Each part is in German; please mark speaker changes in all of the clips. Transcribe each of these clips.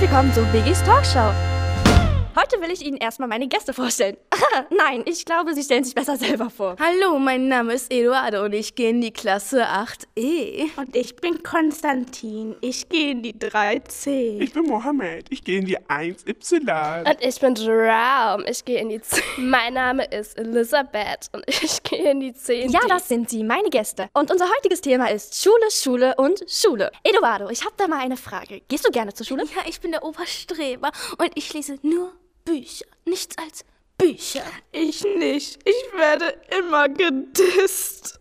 Speaker 1: willkommen zu Biggies Talkshow. Heute will ich Ihnen erstmal meine Gäste vorstellen. Nein, ich glaube, Sie stellen sich besser selber vor.
Speaker 2: Hallo, mein Name ist Eduardo und ich gehe in die Klasse E. 8e.
Speaker 3: Und ich bin Konstantin. Ich gehe in die 3C.
Speaker 4: Ich bin Mohammed. Ich gehe in die 1Y.
Speaker 5: Und ich bin Jerome. Ich gehe in die 10. Mein Name ist Elisabeth und ich gehe in die 10.
Speaker 1: Ja, das sind Sie, meine Gäste. Und unser heutiges Thema ist Schule, Schule und Schule. Eduardo, ich habe da mal eine Frage. Gehst du gerne zur Schule?
Speaker 2: Ja, ich bin der Oberstreber und ich lese nur Bücher, nichts als Bücher.
Speaker 3: Ich nicht. Ich werde immer gedisst.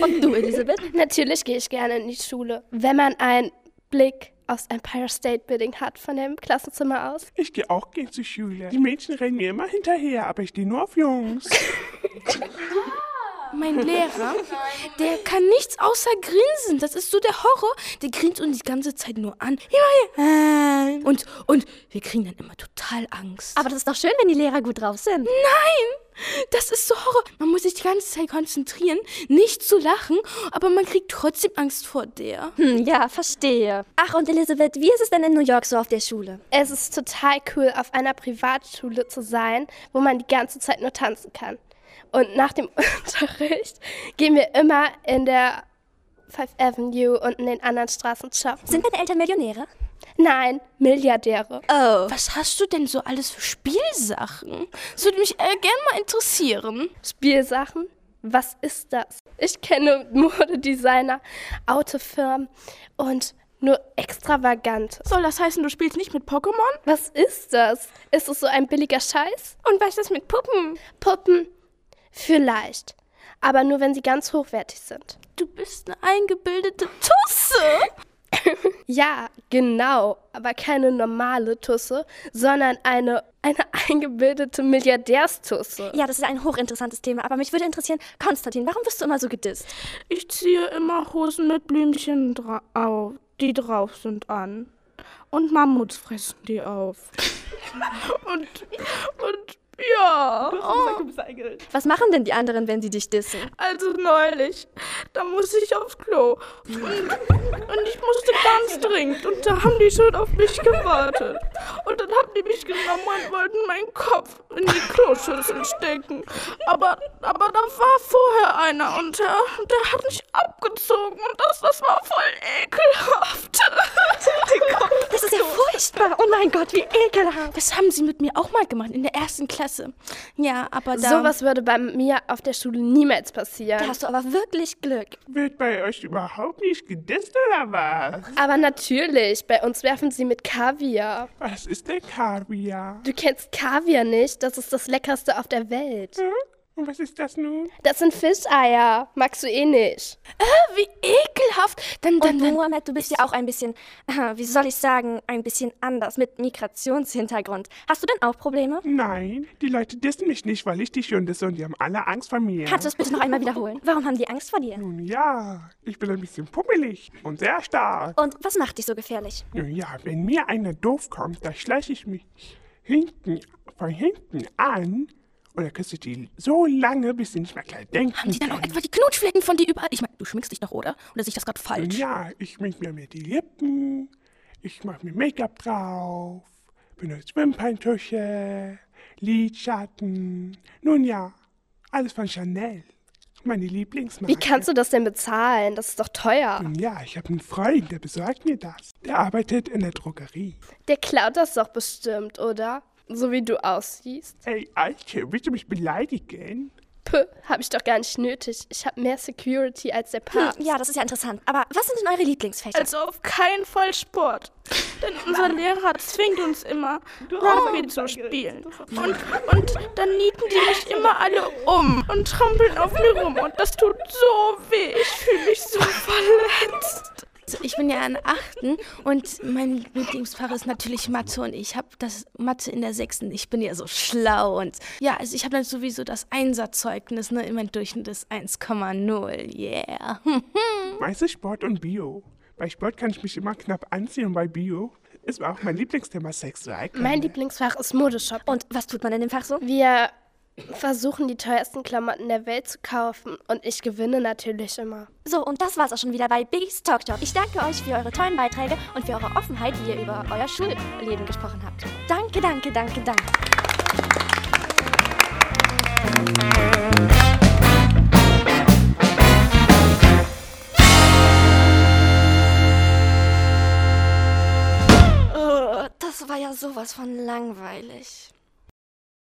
Speaker 1: Und du, Elisabeth?
Speaker 5: Natürlich gehe ich gerne in die Schule, wenn man einen Blick aufs Empire State Building hat von dem Klassenzimmer aus.
Speaker 4: Ich gehe auch gern zur Schule. Die Mädchen rennen mir immer hinterher, aber ich stehe nur auf Jungs.
Speaker 2: Mein Lehrer, der kann nichts außer grinsen. Das ist so der Horror. Der grinst uns die ganze Zeit nur an. Immer hier. Und, und wir kriegen dann immer total Angst.
Speaker 1: Aber das ist doch schön, wenn die Lehrer gut drauf sind.
Speaker 2: Nein! Das ist so Horror. Man muss sich die ganze Zeit konzentrieren, nicht zu lachen, aber man kriegt trotzdem Angst vor der.
Speaker 1: Hm, ja, verstehe. Ach, und Elisabeth, wie ist es denn in New York so auf der Schule?
Speaker 5: Es ist total cool, auf einer Privatschule zu sein, wo man die ganze Zeit nur tanzen kann. Und nach dem Unterricht gehen wir immer in der Fifth Avenue und in den anderen Straßen shoppen.
Speaker 1: Sind deine Eltern Millionäre?
Speaker 5: Nein, Milliardäre.
Speaker 1: Oh.
Speaker 2: Was hast du denn so alles für Spielsachen? Das würde mich äh, gerne mal interessieren.
Speaker 5: Spielsachen? Was ist das? Ich kenne Modedesigner, Autofirmen und nur extravagant.
Speaker 3: Soll das heißen, du spielst nicht mit Pokémon?
Speaker 5: Was ist das? Ist es so ein billiger Scheiß?
Speaker 3: Und was ist mit Puppen?
Speaker 5: Puppen? Vielleicht. Aber nur, wenn sie ganz hochwertig sind.
Speaker 2: Du bist eine eingebildete Tusse.
Speaker 5: Ja, genau. Aber keine normale Tusse, sondern eine, eine eingebildete Milliardärstusse.
Speaker 1: Ja, das ist ein hochinteressantes Thema, aber mich würde interessieren, Konstantin, warum wirst du immer so gedisst?
Speaker 3: Ich ziehe immer Hosen mit Blümchen dra auf, die drauf sind, an. Und Mammuts fressen die auf. und, und ja.
Speaker 1: Was machen denn die anderen, wenn sie dich dissen?
Speaker 3: Also neulich, da musste ich aufs Klo. Und, und ich musste ganz dringend. Und da haben die schon auf mich gewartet. Und dann haben die mich genommen und wollten meinen Kopf in die Kloschüssel stecken. Aber, aber da war vorher einer und der, der hat mich abgezogen. Und das, das war voll ekelhaft.
Speaker 1: Das ist ja furchtbar. Oh mein Gott, wie ekelhaft.
Speaker 2: Das haben sie mit mir auch mal gemacht in der ersten Klasse. Ja, aber da.
Speaker 5: Sowas würde bei mir auf der Schule niemals passieren.
Speaker 1: Da hast du aber wirklich Glück.
Speaker 4: Wird bei euch überhaupt nicht gedisst oder was?
Speaker 5: Aber natürlich, bei uns werfen sie mit Kaviar.
Speaker 4: Was ist der Kaviar?
Speaker 5: Du kennst Kaviar nicht, das ist das Leckerste auf der Welt.
Speaker 4: Hm? Und was ist das nun?
Speaker 5: Das sind Fischeier, magst du eh nicht.
Speaker 2: Äh, wie ekelhaft. Dann, dann,
Speaker 1: Und
Speaker 2: dann.
Speaker 1: Mohammed, du bist ja auch ein bisschen, äh, wie soll ich sagen, ein bisschen anders mit Migrationshintergrund. Hast du denn auch Probleme?
Speaker 4: Nein, die Leute dissen mich nicht, weil ich die schön disse und die haben alle Angst vor mir.
Speaker 1: Kannst du es bitte noch einmal wiederholen? Warum haben die Angst vor dir?
Speaker 4: Nun ja, ich bin ein bisschen pummelig und sehr stark.
Speaker 1: Und was macht dich so gefährlich?
Speaker 4: Nun ja, wenn mir einer doof kommt, da schleiche ich mich hinten, von hinten an oder küsse die so lange, bis sie nicht mehr klar denken
Speaker 2: Haben die dann auch
Speaker 4: kann.
Speaker 2: etwa die Knutschflecken von dir überall? Ich meine, du schminkst dich doch, oder? Oder sehe ich das gerade falsch?
Speaker 4: Ja, ich mink mir mit die Lippen, ich mache mir Make-up drauf, benutze Wimperntusche, Lidschatten. Nun ja, alles von Chanel. Meine Lieblingsmarke.
Speaker 5: Wie kannst du das denn bezahlen? Das ist doch teuer.
Speaker 4: Nun ja, ich habe einen Freund, der besorgt mir das. Der arbeitet in der Drogerie.
Speaker 5: Der klaut das doch bestimmt, oder? So wie du aussiehst.
Speaker 4: Ey, Alte, willst du mich beleidigen?
Speaker 5: Puh, hab ich doch gar nicht nötig. Ich hab mehr Security als der
Speaker 1: Hm,
Speaker 5: Papst.
Speaker 1: ja, das ist ja interessant. Aber was sind denn eure Lieblingsfächer?
Speaker 3: Also auf keinen Fall Sport. Denn unser Lehrer zwingt uns immer, Rugby zu spielen. Und, und dann nieten die mich immer alle um und trampeln auf mir rum. Und das tut so weh. Ich fühle mich so verletzt.
Speaker 2: Also ich bin ja an Achten und mein Lieblingsfach ist natürlich Mathe und ich habe das Mathe in der Sechsten. Ich bin ja so schlau und ja, also ich habe dann sowieso das Einserzeugnis, ne? Immer im Durchschnitt ist 1,0. Yeah.
Speaker 4: Meistens Sport und Bio. Bei Sport kann ich mich immer knapp anziehen und bei Bio ist auch mein Lieblingsthema Sex.
Speaker 5: Mein Lieblingsfach ist Modeshop.
Speaker 1: Und was tut man in dem Fach so?
Speaker 5: Wir versuchen, die teuersten Klamotten der Welt zu kaufen. Und ich gewinne natürlich immer.
Speaker 1: So, und das war's auch schon wieder bei Biggies Talk Talk. Ich danke euch für eure tollen Beiträge und für eure Offenheit, wie ihr über euer Schulleben gesprochen habt. Danke, danke, danke, danke. Oh, Das war ja sowas von langweilig.